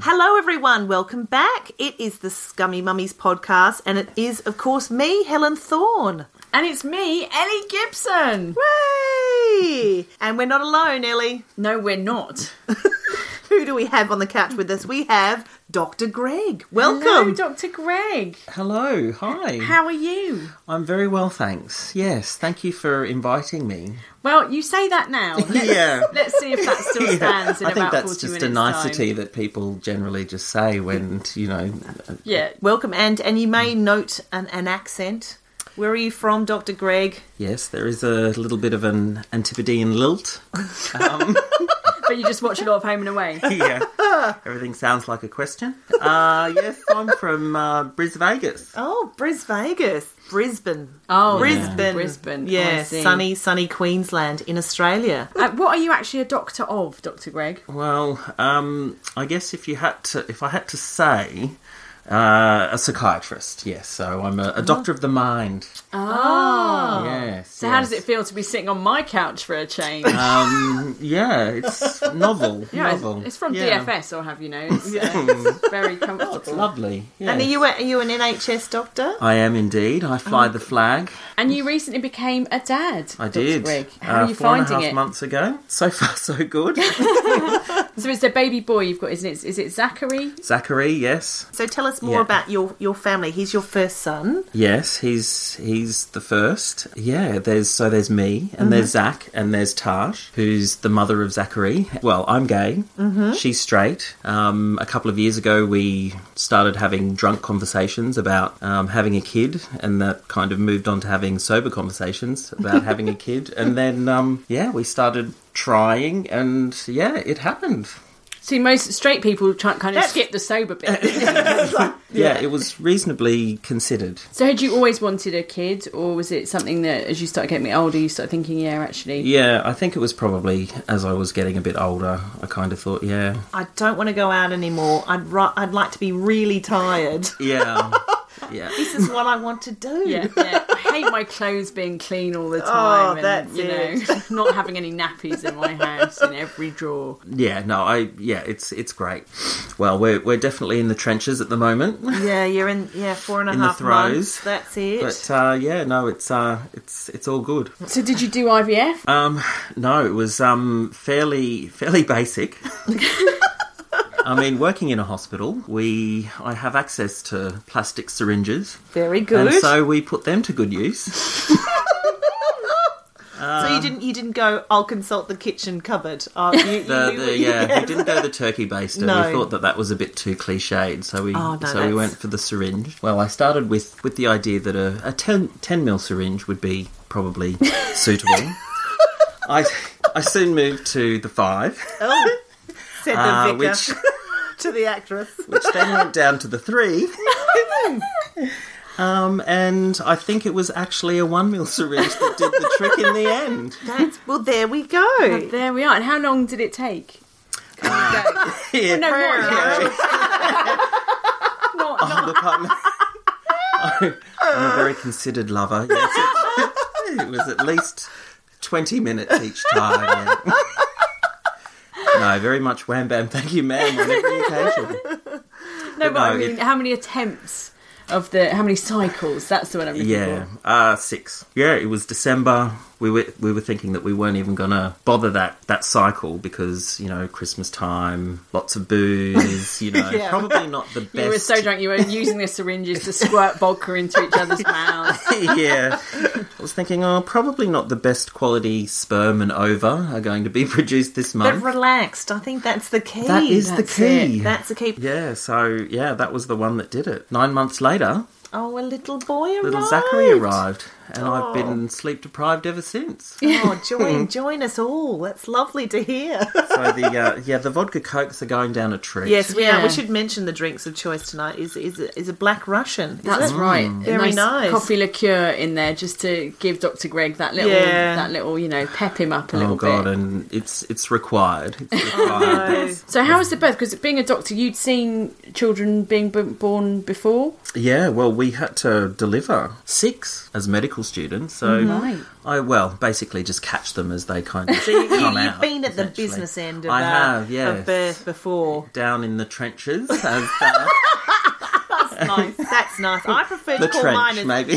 Hello, everyone. Welcome back. It is the Scummy Mummies podcast, and it is, of course, me, Helen Thorne. And it's me, Ellie Gibson. Whee! And we're not alone, Ellie. No, we're not. Who do we have on the couch with us? We have Dr. Greg. Welcome. Hello, Dr. Greg. Hello, hi. How are you? I'm very well, thanks. Yes, thank you for inviting me. Well, you say that now. Let's, Yeah. let's see if that still stands in I think about that's 40 just minutes. a nicety Time. that people generally just say when, you know, uh, Yeah. Welcome, and and you may note an, an accent. Where are you from, Dr. Greg? yes, there is a little bit of an Antipodean lilt. But you just watch a lot of Home and Away. yeah, everything sounds like a question. Uh, yes, I'm from uh, Bris Vegas. Oh, Bris Vegas. Brisbane. Oh, Brisbane. yeah. Brisbane. I Yeah, see. sunny, sunny Queensland in Australia. Uh, what are you actually a doctor of, Dr. Greg? Well, um, I guess if you had to, if I had to say, uh, a psychiatrist. Yes, so I'm a, a doctor of the mind. Oh. Yes. So, how does it feel to be sitting on my couch for a change? Um, yeah, it's novel. yeah, it's- novel. it's from Yeah. Hmm. DFS, or have you know? It's, uh, it's very comfortable. Lovely. Yeah. And are you, a, are you an NHS doctor? I am indeed. I fly the flag. And you recently became a dad. I Dr. did. Greg. uh, How are you four and a finding half it? months ago. So far, so good. So it's a baby boy you've got, isn't it? Is it Zachary? Zachary, yes, So tell us more Yeah. about your, your family. He's your first son. yes. He's he's the first. Yeah. There's so there's me and there's Zach and there's Taj, who's the mother of Zachary. Well, I'm gay. She's straight. Um, a couple of years ago, we started having drunk conversations about um, having a kid, and that kind of moved on to having sober conversations about having a kid, and then um, yeah, we started trying, and yeah, it happened. See, most straight people try, kind of skip the sober bit. yeah, it was reasonably considered. so, had you always wanted a kid, or was it something that as you started getting a bit older, you started thinking, yeah, actually, Yeah, I think it was probably as I was getting a bit older, I kind of thought, yeah. I don't want to go out anymore. I'd ri- I'd like to be really tired. Yeah. yeah. this is what I want to do. yeah, Oh, yeah, I hate my clothes being clean all the time, and that's you it. know, not having any nappies in my house in every drawer. Yeah, no, I yeah, it's it's great. Well, we're we're definitely in the trenches at the moment. Yeah, you're in yeah four and a In the half throes. months. That's it. But uh, yeah, no, it's uh, it's it's all good. So, did you do IVF? Um, no, it was um fairly fairly basic. I mean, working in a hospital, we I have access to plastic syringes, Very good. and So, so we put them to good use. um, you didn't you didn't go. I'll consult the kitchen cupboard. Uh, you, The, you- the, yeah, we didn't go the turkey baster. No. We thought that that was a bit too cliched, so we Oh, no, so that's- we went for the syringe. Well, I started with with the idea that a, a 10, 10 mil syringe would be probably suitable. I I soon moved to the five, Oh, said the uh, vicar which to the actress. which then went down to the three. Um, and I think it was actually a one mil syringe that did the trick in the end. That's, well, there we go. There we are. And how long did it take? Yeah. No, not an actual- not, not Look, I'm, I'm a very considered lover. Yes, it, it was at least 20 minutes each time. yeah. No, very much wham bam thank you ma'am on every occasion. No, but I no, mean, it- how many attempts of the how many cycles? That's the one I'm looking Yeah, for. uh, six. Yeah, it was December. We were we were thinking that we weren't even gonna bother that that cycle because you know Christmas time, lots of booze. You know, Yeah. probably not the best. You were so drunk you were using the syringes to squirt vodka into each other's mouths. yeah, I was thinking, oh, probably not the best quality sperm and ova are going to be produced this But month. relaxed. I think that's the key. that is the That's key. That's the key. yeah, so yeah, that was the one that did it. Nine months later, Oh, a little boy arrived. little Zachary arrived, and I've been sleep deprived ever since. Oh, join, join us all. That's lovely to hear. so the uh, yeah, the vodka cokes are going down a treat. yes, we are. Yeah. We should mention the drinks of choice tonight. Is is is a Black Russian? Is That's it? right. Very Mm. nice, nice. coffee liqueur in there just to give Dr. Greg that little Yeah. that little, you know, pep him up a Oh little god, bit. and it's it's required. It's required. So how was the birth? Because being a doctor, you'd seen children being b- born before. yeah, well, we had to deliver six as medical students, so Mm-hmm. Right. I well basically just catch them as they kind of You, come have out, been at the essentially. business end of, I uh, have, yeah, of birth before. down in the trenches. As, uh, That's nice. That's nice. I prefer the to call mine trench, as maybe.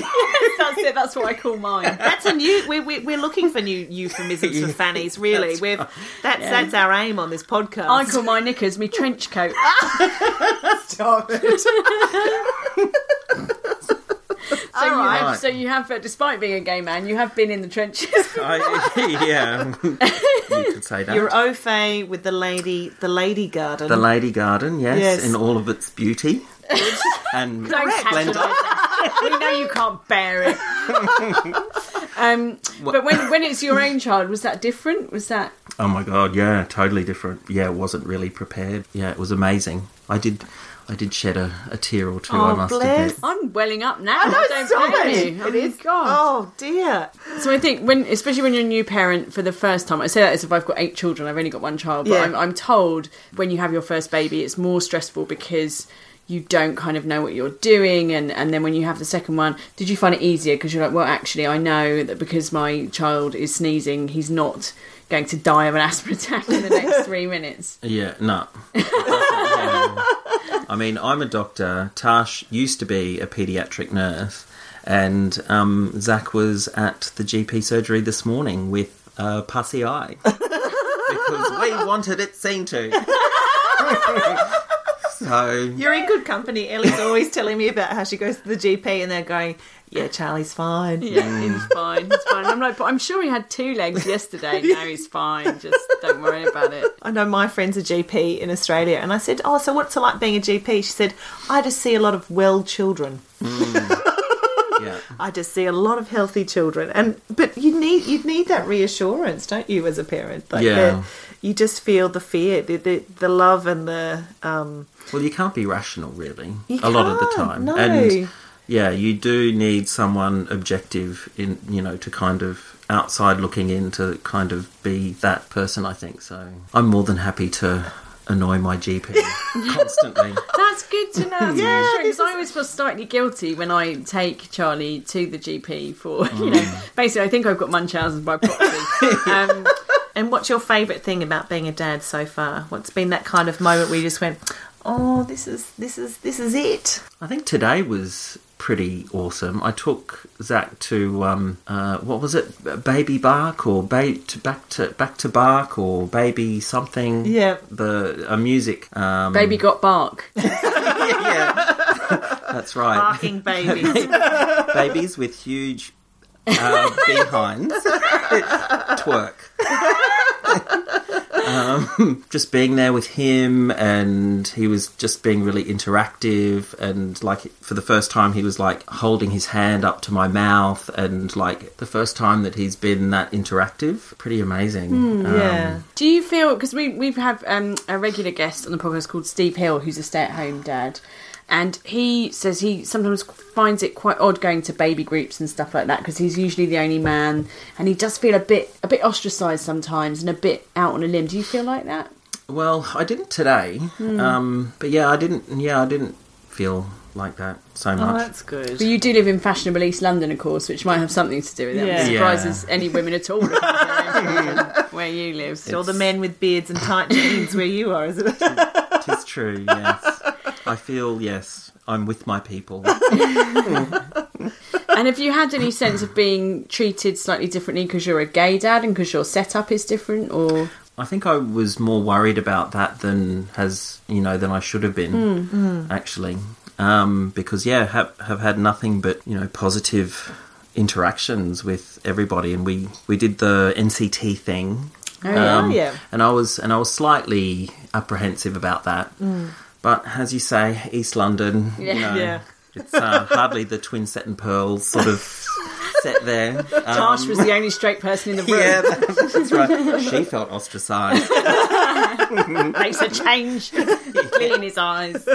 That's it. That's what I call mine. That's a new. We're, we're, we're looking for new euphemisms for fannies. Really, that's we've that's that's our aim on this podcast. I call my knickers my trench coat. Stop it. So you, right. have, so you have, uh, despite being a gay man, you have been in the trenches. I, yeah, you could say that. You're au fait with the lady, the lady garden. the Lady Garden, yes, Yes. in all of its beauty and Don't splendor. patronise us. we know you can't bear it. um, but when when it's your own child, was that different? Was that Oh my god, yeah, totally different. Yeah, wasn't really prepared. Yeah, it was amazing. I did, I did shed a, a tear or two. I Oh, must bless. admit. I'm welling up now. I don't stop blame it. you. It oh, is- God. Oh dear. So I think when, especially when you're a new parent for the first time, I say that as if I've got eight children. I've only got one child, but Yeah. I'm, I'm told when you have your first baby, it's more stressful because you don't kind of know what you're doing, and and then when you have the second one, did you find it easier because you're like, well, actually, I know that because my child is sneezing, he's not going to die of an asthma attack in the next three minutes. Yeah, no. It doesn't, yeah. I mean, I'm a doctor. Tash used to be a paediatric nurse, and um, Zach was at the GP surgery this morning with a pussy eye because we wanted it seen to. so You're in good company. Ellie's always telling me about how she goes to the GP and they're going, "Yeah, Charlie's fine." Yeah, he's fine. He's fine. I'm like, but I'm sure he had two legs yesterday. Now he's fine. Just don't worry about it. I know my friend's a GP in Australia, and I said, "Oh, so what's it like being a GP?" She said, "I just see a lot of well children." yeah. I just see a lot of healthy children, and but you need you need that reassurance, don't you, as a parent? Like Yeah. that- You just feel the fear, the the, the love, and the um, Well, you can't be rational, really, You a lot of the can't, time. no. And yeah, you do need someone objective in, you know, to kind of outside looking in to kind of be that person, I think. So I'm more than happy to annoy my GP constantly. That's good to know. Yeah, this because I always feel slightly guilty when I take Charlie to the GP for you know. Basically, I think I've got Munchausen by proxy. um, and what's your favourite thing about being a dad so far? What's been that kind of moment where you just went, "Oh, this is this is this is it." I think today was pretty awesome. I took Zach to um, uh, what was it, B- Baby Bark or ba- to back to back to Bark or Baby something? Yeah. the a music. Um, baby got bark. yeah, that's right. Barking babies. babies with huge uh, behinds twerk. um, just being there with him, and he was just being really interactive. And like for the first time, he was like holding his hand up to my mouth, and like the first time that he's been that interactive, pretty amazing. Hmm. Um, yeah. Do you feel because we we've had um, a regular guest on the podcast called Steve Hill, who's a stay-at-home dad, and he says he sometimes finds it quite odd going to baby groups and stuff like that because he's usually the only man, and he does feel a bit a bit ostracised sometimes and a bit out on a limb. Do you feel like that? Well, I didn't today, Hmm. um, but yeah, I didn't. Yeah, I didn't feel like that so Oh, much. that's good. But you do live in fashionable East London, of course, which might have something to do with it. Yeah. I'm surprised Yeah. there's any women at all. where you live. All the men with beards and tight jeans where you are, is it? Tis true, yes. I feel, yes, I'm with my people. And have you had any sense of being treated slightly differently because you're a gay dad and because your setup is different, or I think I was more worried about that than has you know than I should have been Hmm. actually, um, because yeah, have, have had nothing but you know positive interactions with everybody, and we we did the NCT thing, yeah. Um, Yeah. and I was and I was slightly apprehensive about that, but as you say, East London, you know, Hmm. yeah. it's uh, hardly the twin set and pearls sort of set there. Um, Marsh was the only straight person in the room. yeah, that's right. She felt ostracised. Makes a change, clearly in his eyes.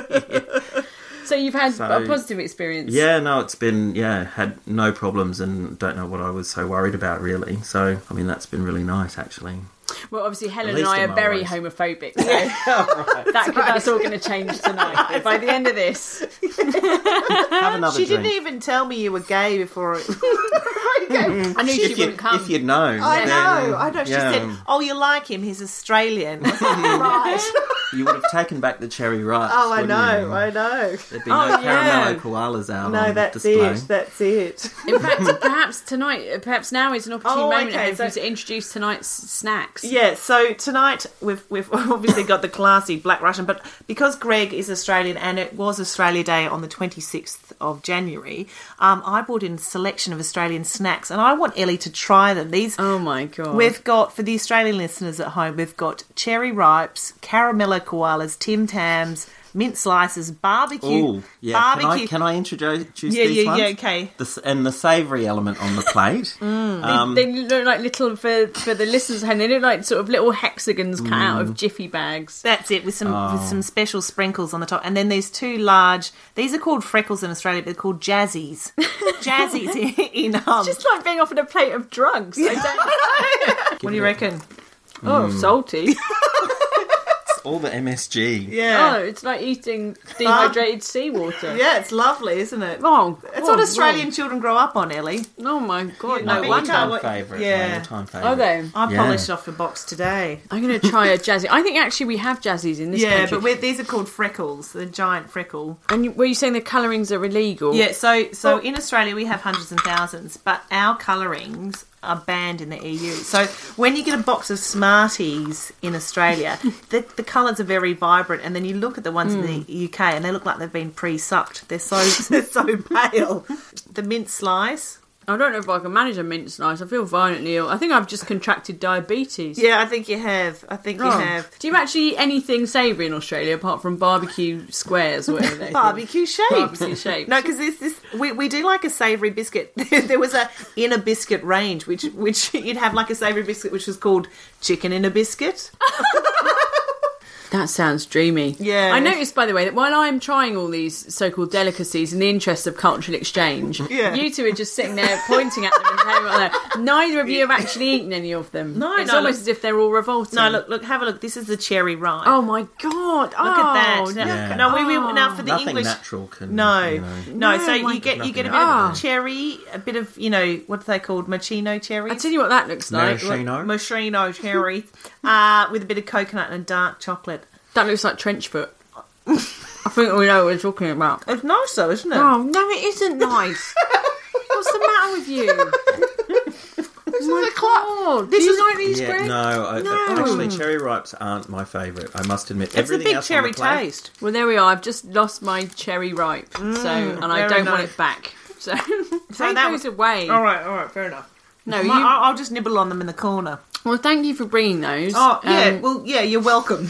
So you've had a positive experience. Yeah, no, it's been yeah, had no problems and don't know what I was so worried about really. So I mean that's been really nice actually. Well, obviously Helen At and least I in are my very eyes. homophobic. So that could, that's all going to change tonight. By the end of this, Have another Uh, She drink. didn't even tell me you were gay before. I knew she if, you, wouldn't come. if you'd known, I then, know, I know. She yeah, said, "Oh, you like him? He's Australian." I was like, right. you would have taken back the cherry rice. Oh, I wouldn't know, you? I know. There'd be no yeah. caramello koalas out No, on that's display. it. That's it. In fact, perhaps tonight, uh, perhaps now is an opportune Oh, moment okay, Helen, for you so- to introduce tonight's snacks. Yeah, so tonight we've we've obviously got the classy Black Russian, but because Greg is Australian and it was Australia Day on the twenty sixth of January, um, I brought in a selection of Australian snacks, and I want Ellie to try them. These Oh my god. We've got for the Australian listeners at home, we've got cherry ripes, caramello koalas, Tim Tams, mint slices, barbecue, Ooh, yeah. Can I, barbecue. can I introduce choose Yeah, yeah, these ones? yeah, okay. Mm. The s- and the savoury element on the plate. they look like little for for the listeners, and they look like sort of little hexagons cut out of jiffy bags. That's it with some with Oh. some special sprinkles on the top, and then there's two large. These are called freckles in Australia, but they're called jazzies. jazzies in, in um. It's like being offered a plate of drugs. I don't- what do you reckon? oh, salty. It's all the MSG. Oh, it's like eating dehydrated seawater. yeah, it's lovely, isn't it? Oh, it's God, what Australian children grow up on, Ellie. no. Oh my god, No, no we My wonder. can't- all-time favourite. Yeah. My all-time favourite. Are they? I Yeah. polished off the box today. I'm going to try a jazzy. I think actually we have jazzies in this yeah, country. but we're, these are called freckles. The giant freckle. and you- were you saying the colourings are illegal? Yeah, so so in Australia we have hundreds and thousands, but our colourings are banned in the EU. So when you get a box of Smarties in Australia, the, the colours are very vibrant, and then you look at the ones in the UK and they look like they've been pre-sucked. They're so they're so pale. The mint slice. I don't know if I can manage a mint slice. I feel violently ill. I think I've just contracted diabetes. Yeah, I think you have. I think you Oh. have. Do you actually eat anything savoury in Australia apart from barbecue squares or whatever they Barbecue shapes. Barbecue shapes. No, because this this we, we do like a savoury biscuit. there was a inner biscuit range which which you'd have like a savoury biscuit which was called chicken in a biscuit. That sounds dreamy. Yeah. I noticed, by the way, that while I'm trying all these so called delicacies in the interest of cultural exchange, Yeah. you two are just sitting there pointing at them and telling them what they're- Neither of you have actually eaten any of them. No, It's no, almost look- as if they're all revolting. No, look, look, have a look. This is the cherry ripe. Oh my God. look oh, at that! yeah. No, we, we now for the Nothing English. natural can. No, you know. no, No, So my you get you Nothing get a bit natural. of cherry, a bit of you know what are they called? Machino cherry, I tell you what that looks like. Maraschino? Machino cherry, uh, with a bit of coconut and dark chocolate. That looks like trench foot. I think we know what we're talking about. It's nice though, isn't it? Oh no, it isn't nice. What's the matter with you? my God. this Do you is- like these, Yeah, Greg? no, I, No. Actually, cherry ripes aren't my favourite. I must admit, it's a everything big else on the cherry plate- taste. Well, there we are. I've just lost my cherry ripe, so and I Mm, very don't want nice. it back. So, take that those was- away. All right, all right, fair enough. No, My- you, I'll, I'll just nibble on them in the corner. well, thank you for bringing those. Oh yeah, Um, well yeah, you're welcome.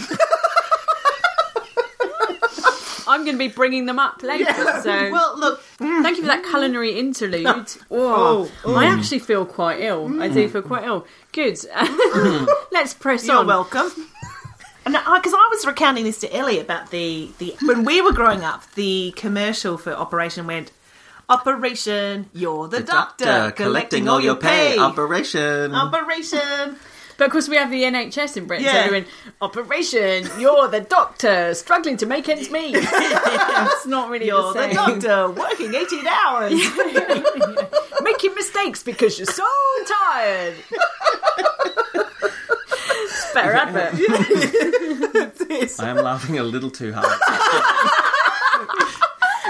I'm going to be bringing them up later. So, well, look, thank you for that culinary interlude. Oh, Mm. Oh, I actually feel quite ill. I do feel quite ill. Good. Let's press You're on. welcome. And because I was recounting this to Ellie about the the when we were growing up, the commercial for Operation went. Operation, you're the, The doctor, collecting all your pay. Operation. Operation. But of course, we have the NHS in Britain. Yeah. So they're in operation. You're the doctor struggling to make ends meet. it's not really You're the the same. doctor working 18 hours. making mistakes because you're so tired. better advert. I am laughing a little too hard.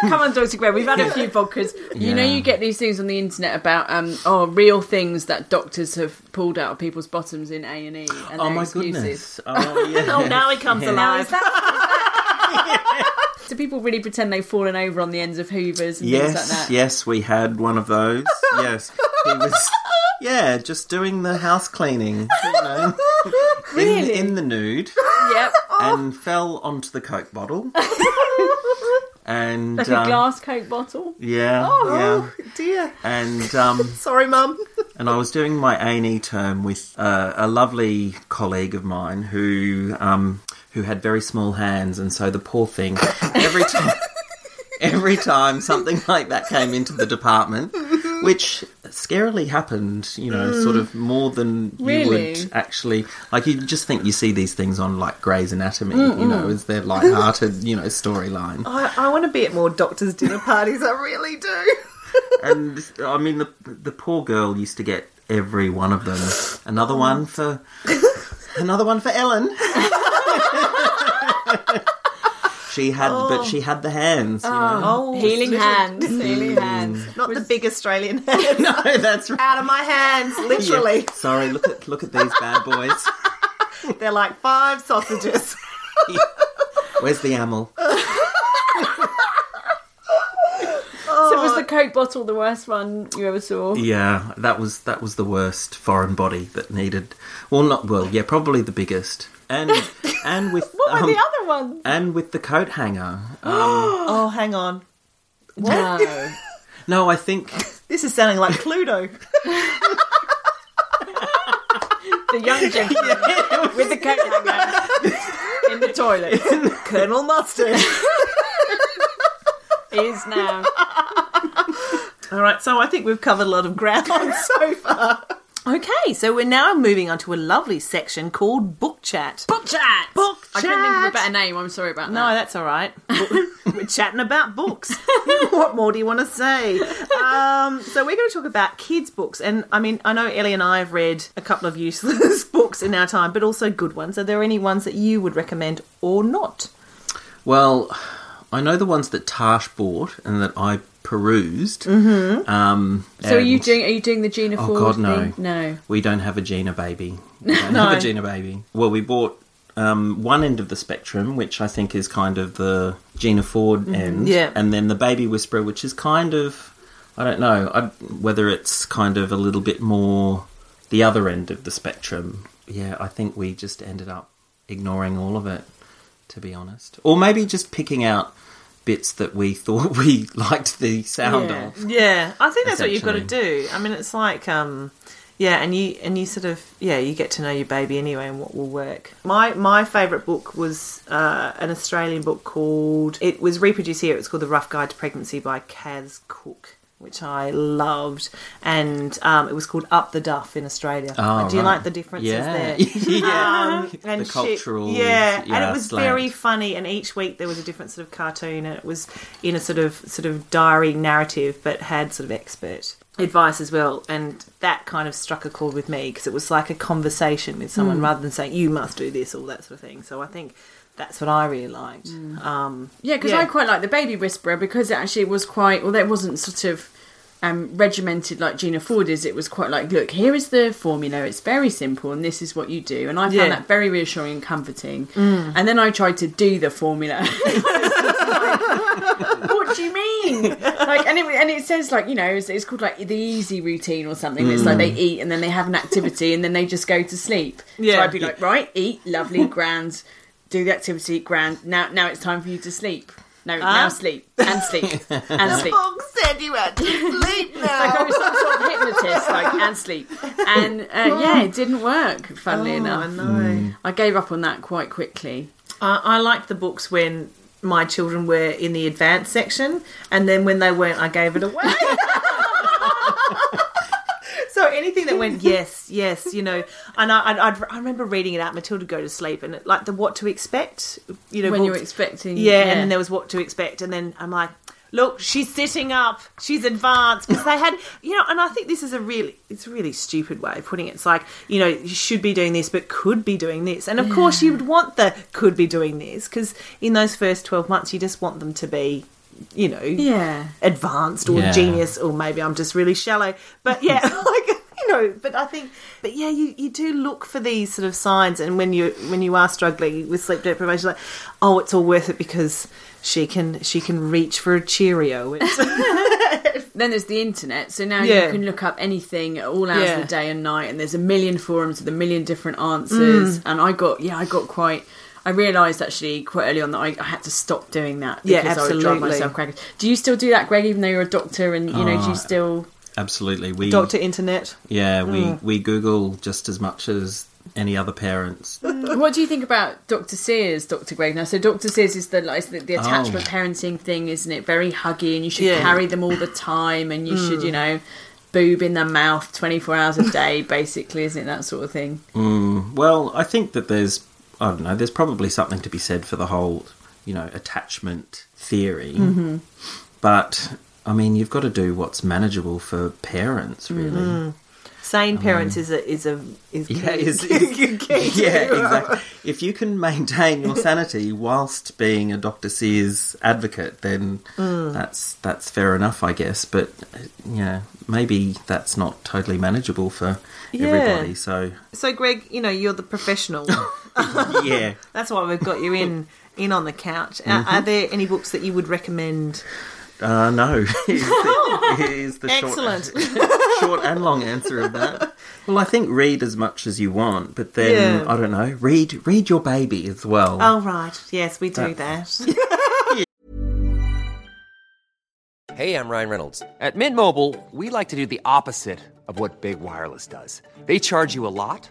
Come on, Dr. Graham, we've had a few vodkas. You know, Yeah. you get these things on the internet about um, oh, real things that doctors have pulled out of people's bottoms in A and E. oh my goodness! Oh yeah. Oh, now he comes Now is alive. that? is that- Do people really pretend they've fallen over on the ends of hoovers and things like Yes, that? yes, we had one of those. yes, he was. Yeah, just doing the house cleaning, you know, in, in the nude, Yep. and fell onto the coke bottle. And Like a um, glass Coke bottle. yeah, Oh dear. yeah, and um, Sorry, Mum. and I was doing my A and E term with uh, a lovely colleague of mine who um, who had very small hands, and so the poor thing every time. Every time something like that came into the department, which scarily happened, you know, sort of more than you Really? would actually. Like, you just think you see these things on, like, Grey's Anatomy, you know, as their light-hearted, you know, storyline. I, I want to be at more doctors' dinner parties. I really do. and I mean, the the poor girl used to get every one of them. Another one for another one for Ellen. she had, but Oh. she had the hands. You know? Oh, Healing little- hands. Healing hands. Not the big Australian hand. No, Oh. that's right. Out of my hands, Yeah. literally. Sorry, look at look at these bad boys. They're like five sausages. Where's the amel? So was the Coke bottle the worst one you ever saw? Yeah, that was that was the worst foreign body that needed. Well, not well. Yeah, probably the biggest. And and with What were um, the other ones? and with the coat hanger. oh, hang on. No. No, I think This is sounding like Cluedo. the young gentleman with the coat hanger in the toilet Colonel Mustard. is now. All right, so I think we've covered a lot of ground so far. Okay, so we're now moving on to a lovely section called Book Chat. Book chat. Book I couldn't think of a chat. better name. I'm sorry about No, that. that's all right. we're chatting about books. what more do you want to say? Um, so we're going to talk about kids' books, and I mean, I know Ellie and I have read a couple of useless books in our time, but also good ones. Are there any ones that you would recommend or not? Well, I know the ones that Tash bought and that I perused. Mm-hmm. Um, so are and- you doing? Are you doing the Gina Oh Ford God, no! thing? No. we don't have a Gina baby. We don't have a Gina baby. Well, we bought um, one end of the spectrum, which I think is kind of the Gina Ford Mm-hmm. end, Yeah. and then the Baby Whisperer, which is kind of I don't know I, whether it's kind of a little bit more the other end of the spectrum. Yeah, I think we just ended up ignoring all of it, to be honest, or maybe just picking out bits that we thought we liked the sound Yeah. of. Yeah, I think that's what you've got to do. I mean, it's like, um, yeah, and you and you sort of yeah, you get to know your baby anyway, and what will work. My my favourite book was uh, an Australian book called. It was reproduced here. It was called The Rough Guide to Pregnancy by Kaz Cook. Which I loved, and um, it was called Up the Duff in Australia. Oh, do you right. like the differences Yeah, there? yeah. um, and the she- cultural, yeah, and yeah, it was slant. very funny. And each week there was a different sort of cartoon, and it was in a sort of sort of diary narrative, but had sort of expert advice as well. And that kind of struck a chord with me because it was like a conversation with Hmm. someone rather than saying you must do this or that sort of thing. So I think that's what I really liked. Um, Hmm. Yeah, because Yeah. I quite like the Baby Whisperer because it actually was quite. Although it wasn't sort of um, regimented like Gina Ford is, it was quite like, look, here is the formula. It's very simple, and this is what you do. And I found Yeah. Mm. that very reassuring and comforting. And then I tried to do the formula. what do you mean? Like, and it and it says like you know it's, it's called like the easy routine or something. It's like they Hmm. eat and then they have an activity and then they just go to sleep. Yeah. So I'd be like, right, eat, lovely, grand, do the activity, grand. Now now it's time for you to sleep. No, Ah. now sleep and sleep and sleep. Bog said you had to sleep now. Like I was some sort of hypnotist, like and sleep, and uh, yeah, it didn't work. Funnily Oh, I enough, Hmm. know. I gave up on that quite quickly. I, I liked the books when my children were in the advanced section, and then when they weren't, I gave it away. so anything that went yes, yes, you know, and I, I'd, I'd, I remember reading it out. Matilda go to sleep, and it, like the what to expect, you know, When you're books- expecting, yeah, and then there was what to expect, and then I'm like, Look, she's sitting up. She's advanced because they had, you know, and I think this is a really, it's a really stupid way of putting it. It's like, you know, you should be doing this, but could be doing this, and of course you would want the could be doing this because in those first twelve months you just want them to be, you know, Yeah. advanced or Yeah. genius or maybe I'm just really shallow. But yeah, like you know, but I think but yeah, you, you do look for these sort of signs and when you when you are struggling with sleep deprivation you're like, oh it's all worth it because she can she can reach for a Cheerio. It's, Then there's the internet, so now Yeah. you can look up anything at all hours Yeah. of the day and night, and there's a million forums with a million different Mm. answers. And I got, yeah, I got quite. I realised actually quite early on that I, I had to stop doing that Yeah, because I would drive absolutely. myself crackers. Do you still do that, Greg? Even though you're a doctor, and you know, do Oh, you still? Absolutely, we Doctor Internet. yeah we we Google just as much as any other parents. What do you think about Dr. Sears, Dr. Greg? Now, so Dr. Sears is the like the, the attachment parenting thing, isn't it? Very huggy, and you should Yeah. Mm. carry them all the time, and you should, you know, boob in their mouth twenty four hours a day, basically, isn't it? That sort of thing. Well, I think that there's, I don't know, there's probably something to be said for the whole, you know, attachment theory. But, I mean, you've got to do what's manageable for parents, really. Sane parents is a is a is Yeah, key. is- is- Key to- Yeah, exactly. If you can maintain your sanity whilst being a Dr. Sears advocate, then Mm. that's that's fair enough, I guess. But, uh, yeah, maybe that's not totally manageable for Yeah. everybody. So, So Greg, you know, you're the professional. yeah. That's why we've got you in in on the couch. Are- Mm-hmm. Are there any books that you would recommend? Uh, no, is the, is the Excellent. Short, short and long answer of that. Well, I think read as much as you want, but then Yeah. I don't know. Read, read your baby as well. Oh right, yes, we Uh, do that. Hey, I'm Ryan Reynolds. At Mint Mobile, we like to do the opposite of what Big Wireless does. They charge you a lot,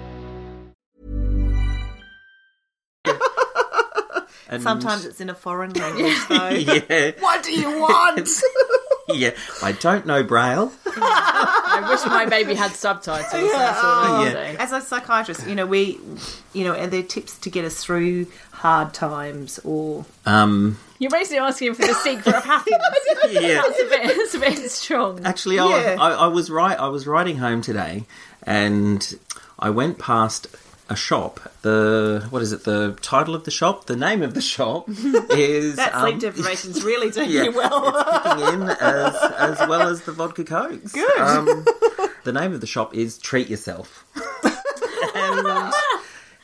And- Sometimes it's in a foreign language, though. yeah, What do you want? yeah. I don't know braille. I wish my baby had subtitles. That's all I Yeah. say. As a psychiatrist, you know we, you know, are there tips to get us through hard times or Um, You're basically asking for the secret of happiness. yeah. That's a bit, that's a bit strong. Actually, I, Yeah. I, I was right. I was riding home today, and I went past a shop. The what is it? The title of the shop. The name of the shop is that um, sleep deprivation's really doing yeah, you well. it's kicking in as as well as the vodka cokes. Good. Um, the name of the shop is Treat Yourself, and, um,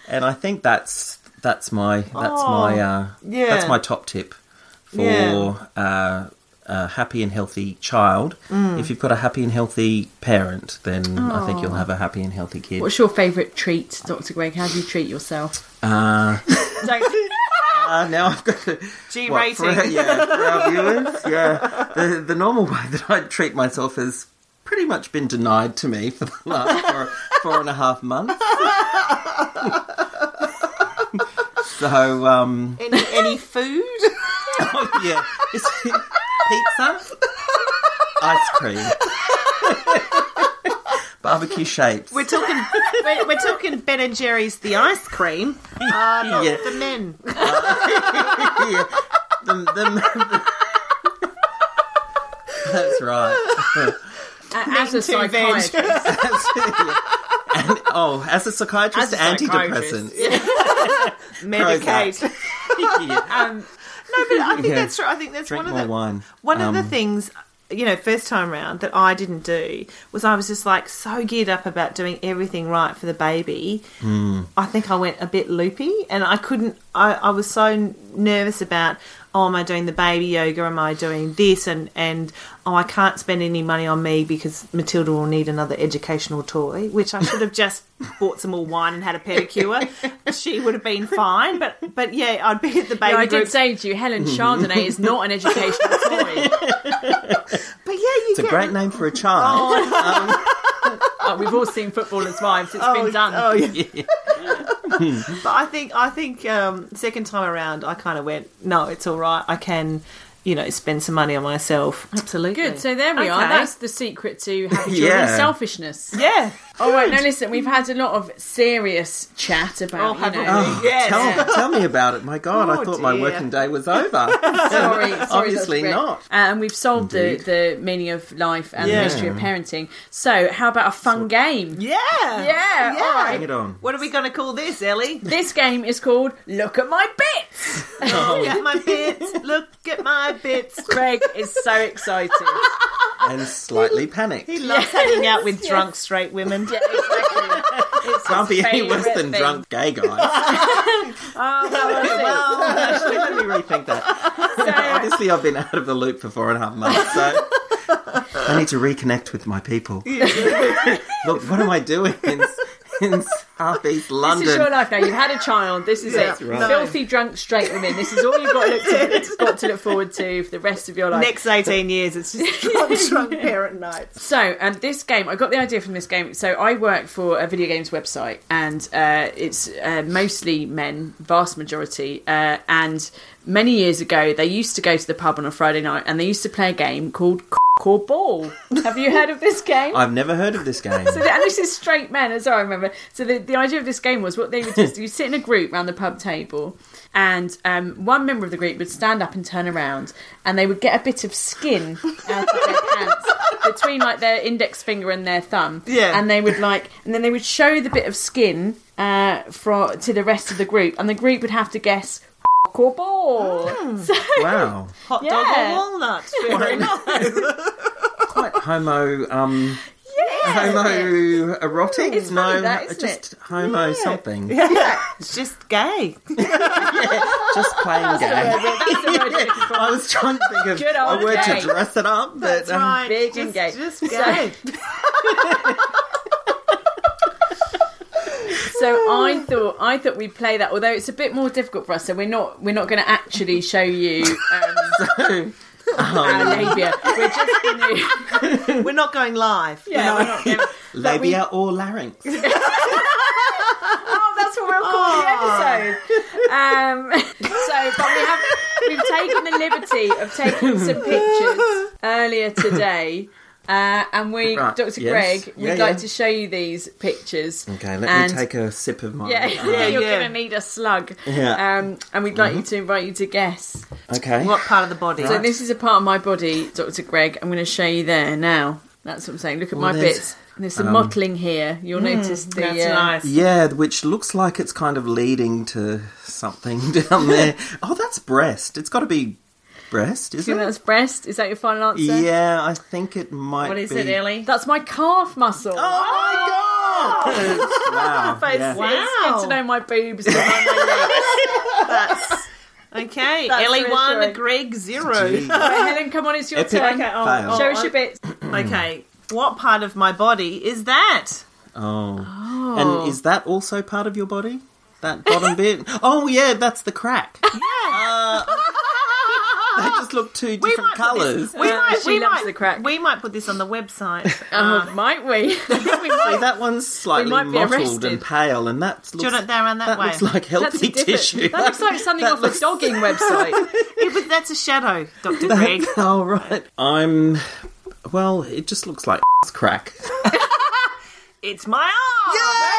and I think that's that's my that's my uh, Oh, yeah. that's my top tip for Yeah. uh, a happy and healthy child. Mm. If you've got a happy and healthy parent, then I Oh. think you'll have a happy and healthy kid. What's your favourite treat, Dr. Greg? How do you treat yourself? Uh, Don't- uh, now I've got to, G What, rating. for- yeah, for our viewers, yeah. The, the normal way that I treat myself has pretty much been denied to me for the last four, four and a half months. so, um, Any, any food? yeah. Is it pizza? Ice cream. Barbecue shapes. We're talking. We're, we're talking Ben and Jerry's the ice cream. Uh, not Yeah. the men. Yeah. The- the- that's right. As a too, veg. psychiatrist, And- oh, as a As psychiatrist, a psychiatrist. antidepressants. Medicate. Yeah. Um, no, but I think Yeah. that's true. I think that's Drink one of more the wine. Um, one of the things you know, first time round that I didn't do was I was just like so geared up about doing everything right for the baby. Hmm. I think I went a bit loopy and I couldn't, I, I was so nervous about, oh, am I doing the baby yoga? Am I doing this? And, and, oh, I can't spend any money on me because Matilda will need another educational toy, which I should have just bought some more wine and had a pedicure. she would have been fine. But, but yeah, I'd be at the baby I group. did say to you, Helen Chardonnay is not an educational toy. but yeah, you It's a get great name for a child. Oh, we've all seen Footballers' Wives. It's been done. Oh yeah. but I think I think um, second time around, I kind of went, no, it's all right. I can, you know, spend some money on myself. Absolutely. Good. So there we are. Okay. That's the secret to happy children Yeah. selfishness. yeah. All right. Now listen, we've had a lot of serious chat Oh, about you haven't know. we? Yes. Tell, tell me about it. My God, I Oh, thought my dear. working day was over. sorry, sorry, Obviously that's great. not. And we've solved the, the meaning of life and the Yeah. mystery of parenting. So, how about a fun game? Yeah. Yeah, all right. Bring it on. What are we going to call this, Ellie? This game is called Look at My Bits. Oh. Look at my bits. Look at my bits. Greg is so excited. And slightly panicked. He loves hanging out with drunk straight women. Yeah, exactly. It's Can't his be any worse favourite than thing. drunk gay guys. Oh, that was it. Actually, let me rethink that. Honestly, I've been out of the loop for four and a half months, so I need to reconnect with my people. Look, what am I doing in, in Southeast London? This is your life now. You've had a child. This is it. right. Filthy, drunk, straight women. This is all you've got to look, to, got to look forward to for the rest of your life. Next 18 years, it's just drunk, drunk parent nights. So, and this game, I got the idea from this game. So, I work for a video games website, and uh, it's uh, mostly men, vast majority. Uh, and many years ago, they used to go to the pub on a Friday night, and they used to play a game called or ball. Have you heard of this game? I've never heard of this game. So the- and this is straight men as well, I remember. So the, the idea of this game was what they would just you sit in a group round the pub table, and um, one member of the group would stand up and turn around, and they would get a bit of skin out of their pants between like their index finger and their thumb, Yeah. and they would like, and then they would show the bit of skin uh, for to the rest of the group, and the group would have to guess. Or ball. So wow. Hot Yeah. dog or walnuts. Very nice. Quite homo, um, homo erotic? It's no, funny that, isn't just homo something. It's just gay. Just plain gay. that's the word I'm looking for. I was trying to think of Good old a word gay. to dress it up, but That's um, right. big just, and gay. Just So- gay. So Ah. I thought I thought we'd play that, although it's a bit more difficult for us. So we're not we're not going to actually show you um, our um, labia. We're just going to We're not going live. yeah. We're not gonna, labia or larynx. oh, that's what we'll call the episode. Um, so, but we have we've taken the liberty of taking some pictures earlier today. Uh, and we, Right, Dr. yes. Greg, we'd Yeah, like yeah. to show you these pictures. Okay, let And- me take a sip of my. Yeah, you're yeah. going to need a slug. Yeah. Mm-hmm. Um, and we'd like you to invite you to guess. Okay. What part of the body? So this is a part of my body, Dr. Greg. I'm going to show you there now. That's what I'm saying. Look at Well, my there's- um, Hmm, bits. There's some mottling here. You'll notice the. That's uh, nice. Yeah, which looks like it's kind of leading to something down there. oh, that's breast. It's got to be breast, Do you isn't think it? that's breast? Is that your final answer? Yeah, I think it might. What is be... it, Ellie? That's my calf muscle. Oh my god! wow. But yeah. it's, it's good to know my boobs and my legs. Okay, That's Ellie reassuring. one, Greg zero. Gee. But Helen, come on, it's your Epic turn. Okay, oh, fail. oh, show us I- your bits. Okay, what part of my body is that? Oh. And is that also part of your body? That bottom bit? Oh yeah, that's the crack. They just look two different colours. We might, she we loves might, the crack. We might put this on the website. Oh, might we? we See, might. that one's slightly might be mottled arrested. and pale, and that's looks, you want it there and that way? looks like That's a healthy different. tissue. That looks like something That off looks- a dogging website. Yeah, but that's a shadow, Doctor Greg. All right. I'm. Well, it just looks like crack. It's my arm.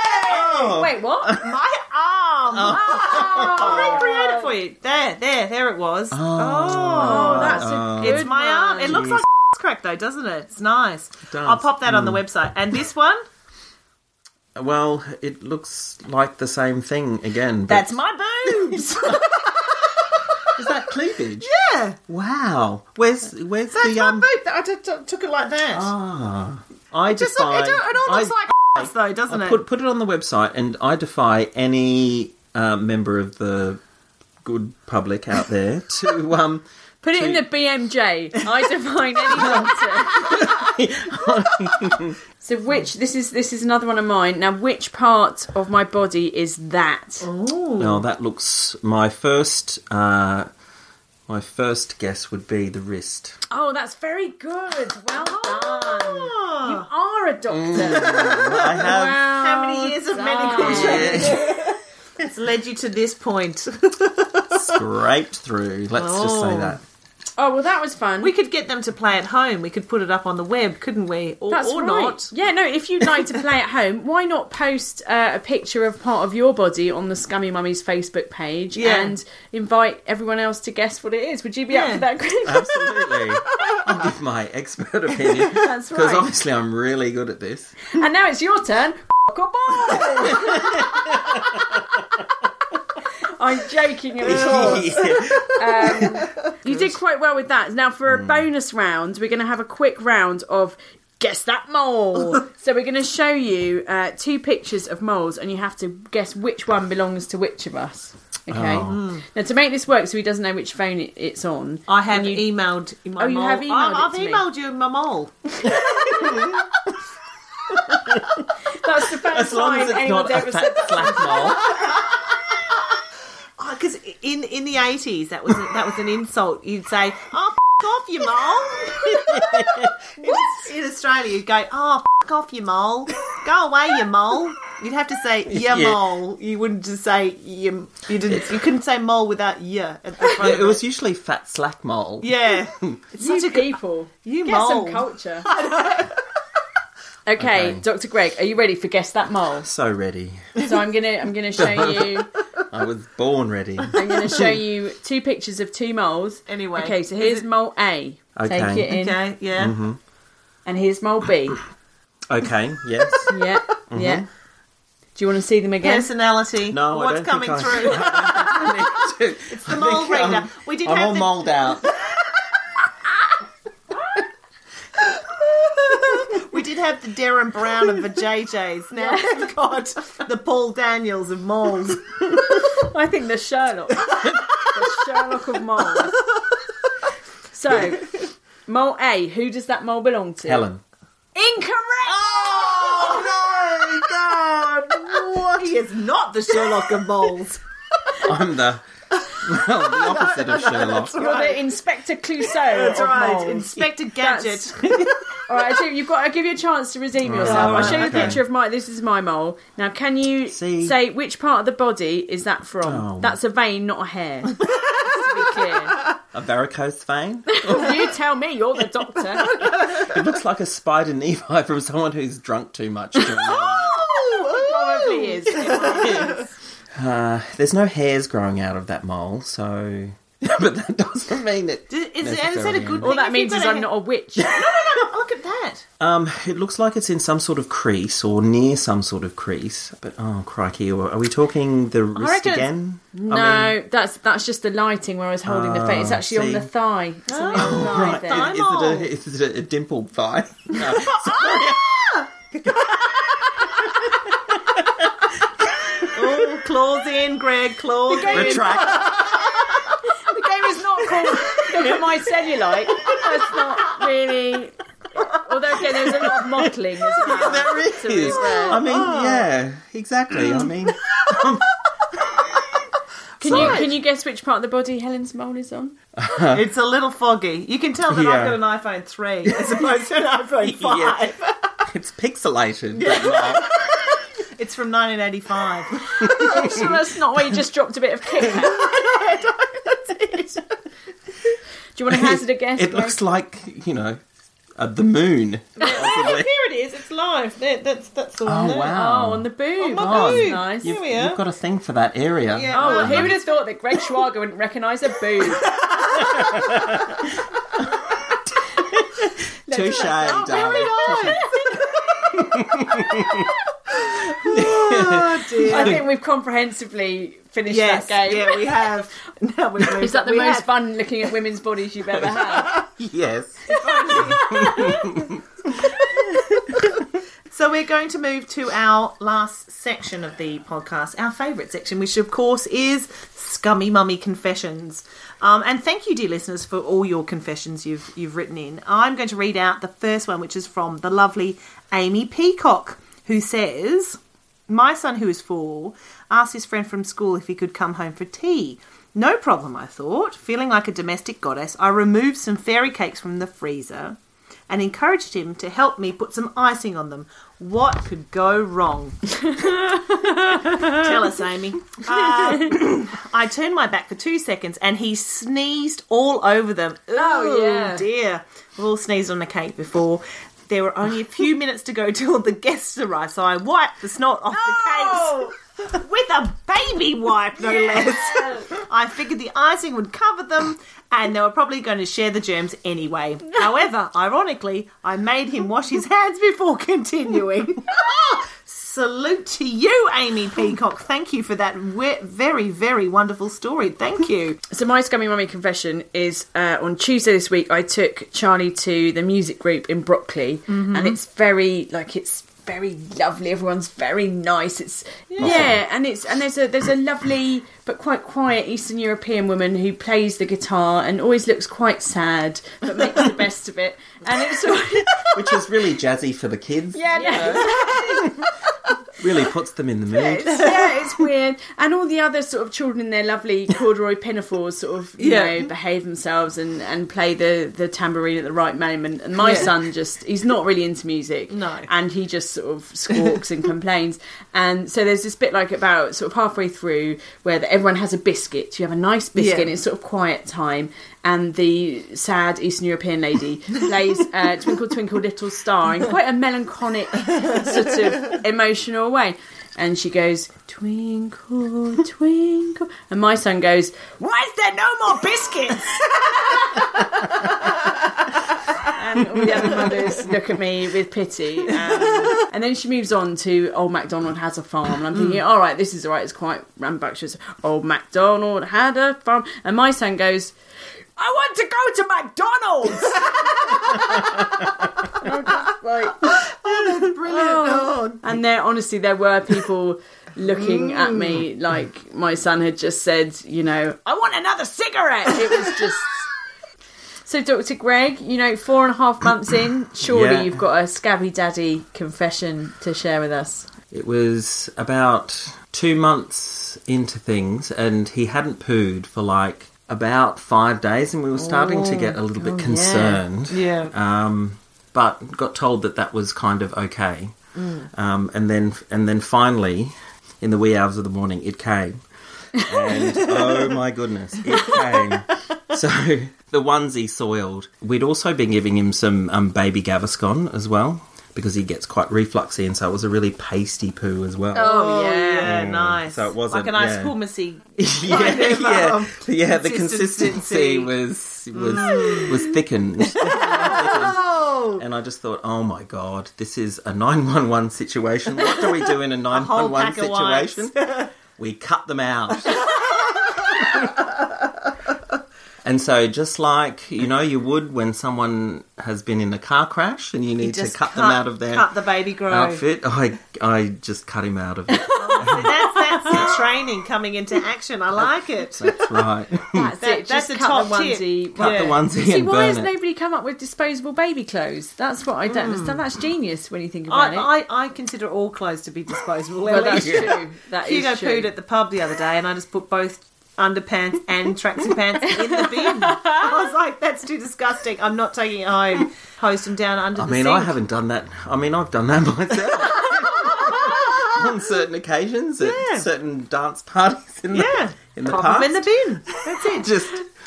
Oh, Wait, what? My arm. Ah. I recreated for you. There, there, there. It was. Oh. Oh, that's Oh. it's Good my arm. It one. looks like crack though, doesn't it? It's nice. does. I'll pop that on the website. And this one, Well, it looks like the same thing again. But that's my boobs. Is that that cleavage? Yeah. Wow. Where's where's That's the my um? boob. I just t- took it like that. Ah, I just look, defy. it, do- it all looks I- like ass, though, doesn't I it? put put it on the website, and I defy any uh, member of the good public out there to um. Put it in the BMJ. I define any content. so which this is this is another one of mine. Now which part of my body is that? No, that looks. My first uh, my first guess would be the wrist. Oh, that's very good. Well done. You are a doctor. I have. Oh, How many years of medical training has led you to this point? scraped through. Let's just say that. Oh well, that was fun. we could get them to play at home. We could put it up on the web, couldn't we? Or, That's or right. not. Yeah, no. If you'd like to play at home, why not post uh, a picture of part of your body on the Scummy Mummies Facebook page Yeah. and invite everyone else to guess what it is? Would you be up Yeah. for that? Chris? Absolutely. I'll give my expert opinion. That's Because right. obviously I'm really good at this. and now it's your turn. Cock a ball. I'm joking, of course. You did quite well with that. Now, Hmm. for a bonus round, we're going to have a quick round of guess that mole. so we're going to show you uh, two pictures of moles, and you have to guess which one belongs to which of us. Okay. Oh. Hmm. Now, to make this work, so he doesn't know which phone it, it's on. I have you- emailed my Oh, you mole. have emailed I've, it to I've me. emailed you my mole. That's the first As long time as it's not anyone's a ever said fat flat mole. Because Oh, in in the eighties, that was that was an insult. You'd say, "Oh, f- off you mole." in, in Australia, you'd go, "Oh, f- off you mole. Go away, you mole." You'd have to say "your Yeah. mole." You wouldn't just say "you." You didn't. You couldn't say "mole" without "yeah." At the Yeah, front. it was usually fat slack mole. yeah. It's You such a good. people. You Get some mole. culture. Okay, Okay. Dr. Greg, are you ready for guess that mole? So ready. So I'm gonna I'm gonna show you I was born ready. I'm gonna show you two pictures of two moles. Anyway, Okay, so is here's it- mole A. Okay. Take it in. Okay. Yeah. Mm-hmm. And here's mole B. Okay, yes. Yeah, Mm-hmm. yeah. Do you want to see them again? Personality. No, I What's don't coming think through? I, I need to. the mole reader. we did I'm have all the, mold out. We did have the Darren Brown of the JJs. Now we've got the Paul Daniels of moles. I think the Sherlock, the Sherlock of moles. So, mole A. Who does that mole belong to? Helen. Incorrect. Oh no, God! What? He is not the Sherlock of moles. I'm the, well, the opposite of Sherlock. You're the Inspector Clouseau That's of Right, moles. Inspector Gadget. All right, so you've got. I'll give you a chance to redeem yourself. I'll show you a okay. picture of my. This is my mole. Now, can you See? say which part of the body is that from? Oh. That's a vein, not a hair. Just to be clear. Oh, A varicose vein? You tell me, you're the doctor. It looks like a spider nevi from someone who's drunk too much. during the- Probably is. Uh, there's no hairs growing out of that mole, so. but that doesn't mean it. Is, is, that- is that a good All thing? that if means you've is got I'm a- not a witch. No, Look at that. Um, it looks like it's in some sort of crease or near some sort of crease. But oh crikey, are we talking the wrist reckon it's- again? No, that's that's just the lighting where I was holding the face. It's actually on Ah, see. Ah, the thigh. It's on the other thigh there. thigh Is it, a, is it a dimpled thigh? No, sorry. Oh, claws in, Greg. Claws. in. Retract. The game is not called Look at My Cellulite. That's not really. Although again, there's a lot of mottling. As well. There is. I mean, Oh. yeah, exactly. I mean, Can you can you guess which part of the body Helen's mole is on? It's a little foggy. You can tell that Yeah. I've got an iPhone 3 as opposed to an iPhone 5. Yeah. it's pixelated. that mole. It's from 1985. Oh. I'm sure that's not where you just dropped a bit of Kit Kat. Do you want to hazard a guess? It Greg? looks like you know uh, the moon. Possibly. Here it is. It's live. There, that's that's all. Oh there. wow! Oh, on the boob. my Oh, that's boob. nice. You've, Here we are. you've got a thing for that area. Yeah. Oh, well, who would have thought that Greg Schwager wouldn't recognise a boob? Touche, darling. Oh, dear. I think we've comprehensively finished Yes, that game. yeah, we have. Now we've moved Is that the we most have- fun looking at women's bodies you've ever had? yes. So we're going to move to our last section of the podcast, our favourite section, which of course is Scummy Mummy Confessions. Um, and thank you, dear listeners, for all your confessions you've you've written in. I'm going to read out the first one, which is from the lovely Amy Peacock, who says, "My son, who is four, asked his friend from school if he could come home for tea." No problem, I thought. Feeling like a domestic goddess, I removed some fairy cakes from the freezer and encouraged him to help me put some icing on them. What could go wrong? Tell us, Amy. Uh, I turned my back for two seconds and he sneezed all over them. Oh, Ooh, yeah. dear. We've all sneezed on a cake before. There were only a few minutes to go till the guests arrived, so I wiped the snot off Oh. the cakes with a baby wipe, no less. I figured the icing would cover them, and they were probably going to share the germs anyway. However, ironically, I made him wash his hands before continuing. Salute to you, Amy Peacock. Thank you for that we- very, very wonderful story. Thank you. so my scummy mummy confession is uh, on Tuesday this week. I took Charlie to the music group in Broccoli, and it's very like it's very lovely. Everyone's very nice. It's yeah, and it's and there's a there's a lovely but quite quiet Eastern European woman who plays the guitar and always looks quite sad but makes the best of it. And it's Which is really jazzy for the kids. yeah, no. Really puts them in the mood. It's- yeah, it's weird. And all the other sort of children in their lovely corduroy pinafores sort of, you Yeah. know, behave themselves and, and play the, the tambourine at the right moment. And my Yeah. son just, he's not really into music. No. And he just sort of squawks and complains. And so there's this bit like about sort of halfway through where the, everyone has a biscuit. You have a nice biscuit Yeah. and it's sort of quiet time. And the sad Eastern European lady plays uh, Twinkle Twinkle Little Star in quite a melancholic sort of emotional way. And she goes, Twinkle, twinkle. And my son goes, Why is there no more biscuits? and all the other mothers look at me with pity. Um, and then she moves on to Old MacDonald has a farm. And I'm thinking, all right, this is all right. It's quite rambunctious. Old MacDonald had a farm. And my son goes, I want to go to McDonald's. Oh, Brilliant. And there, honestly, there were people looking at me like my son had just said, you know, I want another cigarette. It was just. So, Dr. Greg, you know, four and a half months in, surely Yeah. you've got a scabby daddy confession to share with us. It was about two months into things, and he hadn't pooed for like about five days, and we were starting to get a little bit concerned. Oh, Yeah. Um, but got told that that was kind of okay. Um, and then, and then finally, in the wee hours of the morning, it came. And oh my goodness, it came. So the onesie soiled. We'd also been giving him some um, baby Gaviscon as well because he gets quite refluxy, and so it was a really pasty poo as well. Oh, yeah. Yeah, nice. so it wasn't- like an ice yeah. cool missy. yeah, of, yeah, um, yeah. The consistency. Mm. consistency was was was thickened. And I just thought, oh my god, this is a nine one one situation. What do we do in a nine whole one one pack of wipes. situation? we cut them out. And so, just like you know, you would when someone has been in a car crash and you need to Just cut, them out of their cut the baby grow. outfit, I I just cut him out of it. That's that's the training coming into action. I like it. That's right. That's That- it. that's Just a cut the top tip. onesie. cut Yeah. the onesie See, and burn why has it. Hmm. nobody come up with disposable baby clothes? That's what I don't understand. That's genius when you think about it. I, I, I consider all clothes to be disposable. well, Ellie. that's true. That is Hugo true. pooed at the pub the other day, and I just put both underpants and tracksuit pants in the bin. I was like, "That's too disgusting. I'm not taking it home." Hosed him down under I the mean, sink. I haven't done that. I mean, I've done that myself on certain occasions at Yeah. certain dance parties in the Yeah, in the Pop 'em past. in the bin. That's it. Just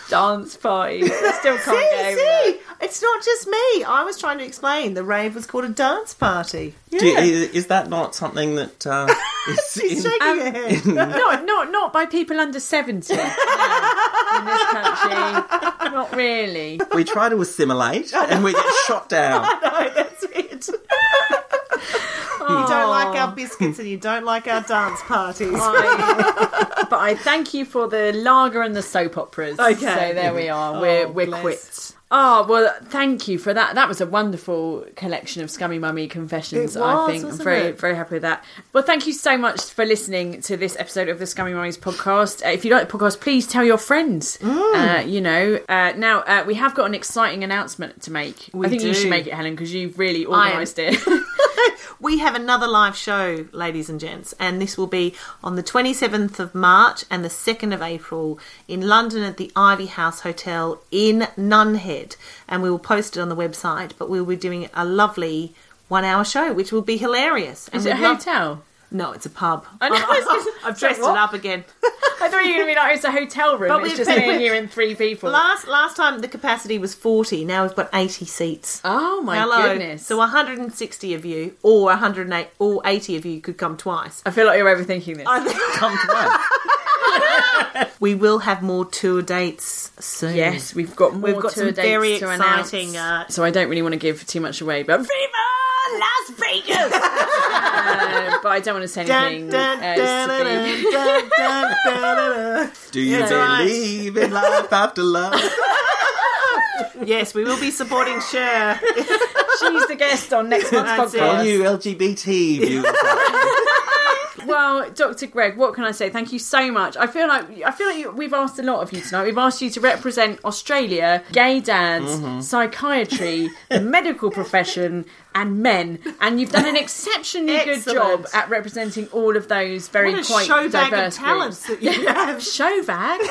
Dance party. Still can't See, go. see, it's not just me. I was trying to explain. The rave was called a dance party. Yeah, do, is, is that not something that uh, is she's in- shaking her head. not not not by people under seventy no, in this country. Not really. we try to assimilate and we get shot down? No, that's it. You don't like our biscuits and you don't like our dance parties. I- but I thank you for the lager and the soap operas. Okay. So there we are. We're Oh, we're bless. quits. Oh well, thank you for that. That was a wonderful collection of Scummy Mummy confessions. It I was, think I'm wasn't very it? very happy with that. Well, thank you so much for listening to this episode of the Scummy Mummies podcast. Uh, if you like the podcast, please tell your friends. Uh, you know, uh, now uh, we have got an exciting announcement to make. I think you do. should make it, Helen, because you've really I am. organised it. we have another live show, ladies and gents, and this will be on the 27th of March and the 2nd of April in London at the Ivy House Hotel in Nunhead. And we will post it on the website, but we'll be doing a lovely one hour show, which will be hilarious. And Is it a we'd love- hotel? No, it's a pub. I know, I was gonna say, I've dressed it what? up again. I thought you were going to be like it's a hotel room. But it's we- just but me we- and you and three people. Last last time the capacity was 40. Now we've got 80 seats. Oh my Hello. goodness! So 160 of you, or 108, or 80 of you could come twice. I feel like you're overthinking this. Come to us. We will have more tour dates soon. yes, we've got more Um, We've got some tour dates very to exciting, announce. uh, so I don't really want to give too much away, but Viva Las Vegas! uh, but I don't want to say anything. uh, Sophie. Do you That's right. believe in life after love? yes, we will be supporting Cher. She's the guest on next month's That's it. All podcast. you LGBT viewers. out Well, Dr. Greg, what can I say? Thank you so much. I feel like I feel like you, we've asked a lot of you tonight. We've asked you to represent Australia, gay dads, psychiatry, the medical profession, and men, and you've done an exceptionally good job Excellent. at repreting all of those very What a quite showbag of diverse talents that you have. Show bag.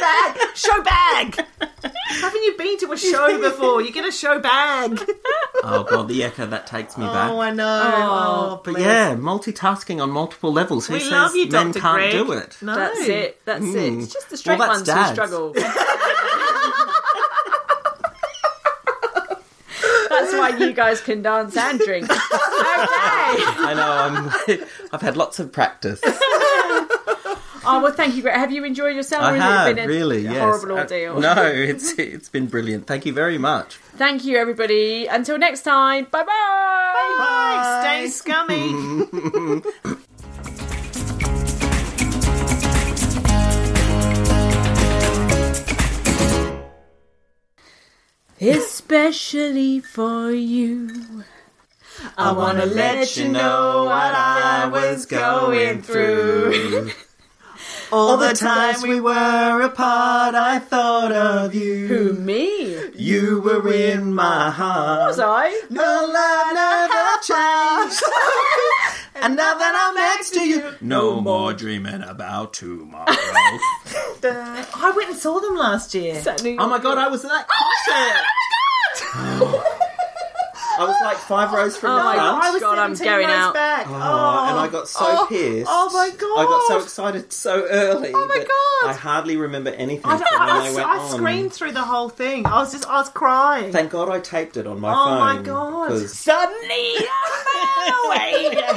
Bag, show bag. Haven't you been to a show before? You get a show bag. oh god, the echo that takes me back. Oh, I know. Oh, But bless. yeah, multitasking on multiple levels. Who we says love you, men Doctor can't Greg. do it? No. That's it. That's it. It's just the straight Hmm. Well, ones that's dads. who struggle. that's why you guys can dance and drink. Okay. I know. I'm, I've had lots of practice. Oh well, thank you. Greg. Have you enjoyed yourself? I or has have it been a really, yes. horrible Uh, ordeal? no, it's it's been brilliant. Thank you very much. Thank you, everybody. Until next time. Bye bye. Bye. Stay scummy. Especially for you. I want to let you know what I was going through. All the times we were apart, I thought of you. Me? You were in my heart. Was I? No love, never changed. and now that I'm next to you, no more dreaming about tomorrow. oh I went and saw them last year. my god, I was at that Oh concert. I was like five rows from the my front. Oh I was God, I'm 17 going rows out. Back. Oh, Oh. and I got so Oh, pissed. oh my I got so God. excited so early. Oh my that God. I hardly remember anything I, from when I, I, Oh. went I, on. screamed through the whole thing. I was just, I was crying. Thank God I taped it on my oh phone. my god! 'cause Suddenly I'm away. That's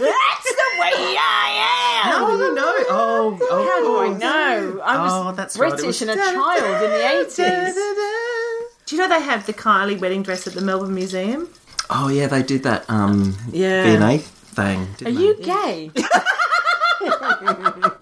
the way I am. How do you know? Oh, oh How do I course. know? I was Oh, that's right, it British was- and a child in the 80s. Do you know they have the Kylie wedding dress at the Melbourne Museum? Oh yeah, they did that um Yeah. V&A thing. Didn't Are you gay?